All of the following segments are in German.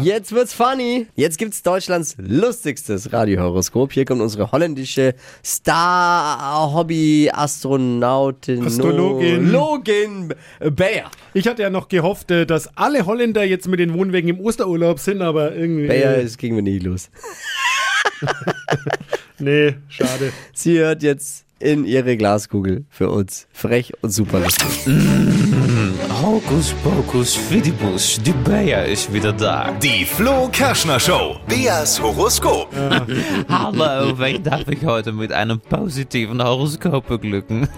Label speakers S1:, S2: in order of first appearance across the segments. S1: Jetzt wird's funny. Jetzt gibt's Deutschlands lustigstes Radiohoroskop. Hier kommt unsere holländische Star-Hobby-Astronautin.
S2: Astrologin.
S1: Login Bayer.
S2: Ich hatte ja noch gehofft, äh, dass alle Holländer jetzt mit den Wohnwegen im Osterurlaub sind, aber irgendwie. äh,
S1: Bayer, es ging mir nie los.
S2: nee, schade.
S1: Sie hört jetzt in ihre Glaskugel für uns. Frech und super lustig.
S3: Hocus pocus fidibus, die Bayer ist wieder da.
S4: Die Flo Kerschner Show. Beas Horoskop.
S3: Hallo, wen darf ich heute mit einem positiven Horoskop beglücken?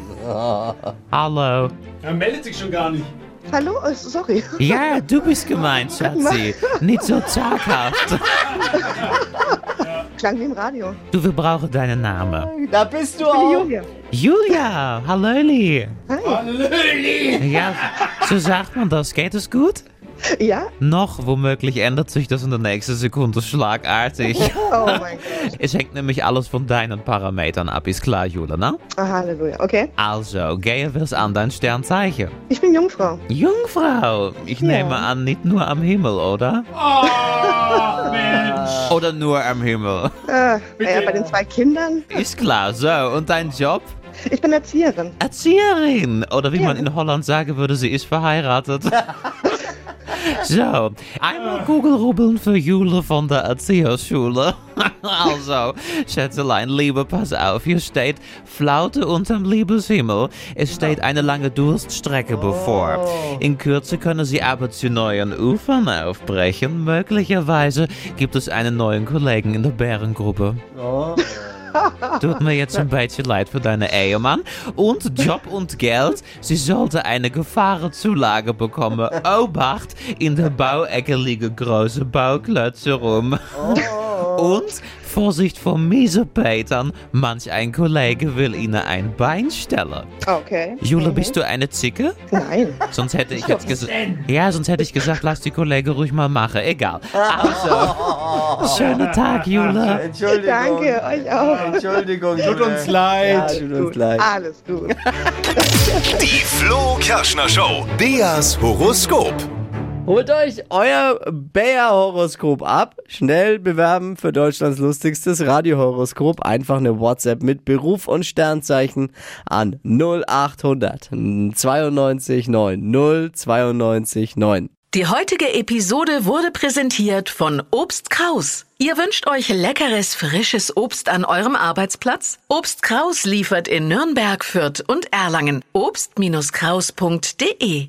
S3: Hallo.
S2: Er meldet sich schon gar nicht.
S5: Hallo, äh, sorry.
S3: Ja, du bist gemeint, Schatzi. Nicht so zaghaft.
S5: Klang wie im Radio.
S3: Du, wir brauchen deinen Namen.
S1: Da bist du
S5: Die
S1: auch.
S5: Julia.
S3: Julia, hallöli.
S5: Hi.
S3: Ja, so sagt man das. Geht es gut?
S5: Ja?
S3: Noch womöglich ändert sich das in der nächsten Sekunde schlagartig.
S5: Oh mein Gott.
S3: Es hängt nämlich alles von deinen Parametern ab, ist klar, Jule, ne?
S5: Ah, Halleluja. Okay.
S3: Also, gehe wir's an dein Sternzeichen.
S5: Ich bin Jungfrau.
S3: Jungfrau, ich nehme an, nicht nur am Himmel, oder? Oder nur am Himmel.
S5: Äh, naja, bei den zwei Kindern.
S3: Ist klar, so. Und dein Job?
S5: Ich bin Erzieherin.
S3: Erzieherin. Oder wie man in Holland sagen würde, sie ist verheiratet. so, einmal Kugelrubbeln für Jule von der Erzieherschule. also, Schätzelein, Liebe, pass auf. Hier steht Flaute unterm Liebeshimmel. Es steht eine lange Durststrecke bevor. In Kürze können sie aber zu neuen Ufern aufbrechen. Möglicherweise gibt es einen neuen Kollegen in der Bärengruppe. Tut mir jetzt ein bisschen leid für deine Ehemann. Und Job und Geld. Sie sollte eine Gefahrenzulage bekommen. Obacht, in der Bauecke liegen große Bauklötze rum. Und Vorsicht vor Miesepetern. Manch ein Kollege will ihnen ein Bein stellen.
S5: Ah, Okay.
S3: Jule, bist du eine Zicke?
S5: Nein.
S3: Sonst hätte ich jetzt gesagt. Ja, sonst hätte ich gesagt, lass die Kollege ruhig mal machen. Egal. Also, schönen Tag, Jule.
S1: Entschuldigung.
S5: Danke, euch auch.
S1: Entschuldigung.
S2: Tut uns leid.
S1: Ja, tut uns leid.
S5: Alles gut.
S4: Die Flo Kerschner Show. Beas Horoskop.
S1: Holt euch euer Bayer-Horoskop ab. Schnell bewerben für Deutschlands lustigstes Radiohoroskop. Einfach eine WhatsApp mit Beruf und Sternzeichen an 0800 92 9 092 9.
S6: Die heutige Episode wurde präsentiert von Obst Kraus. Ihr wünscht euch leckeres, frisches Obst an eurem Arbeitsplatz? Obst Kraus liefert in Nürnberg, Fürth und Erlangen. Obst-Kraus.de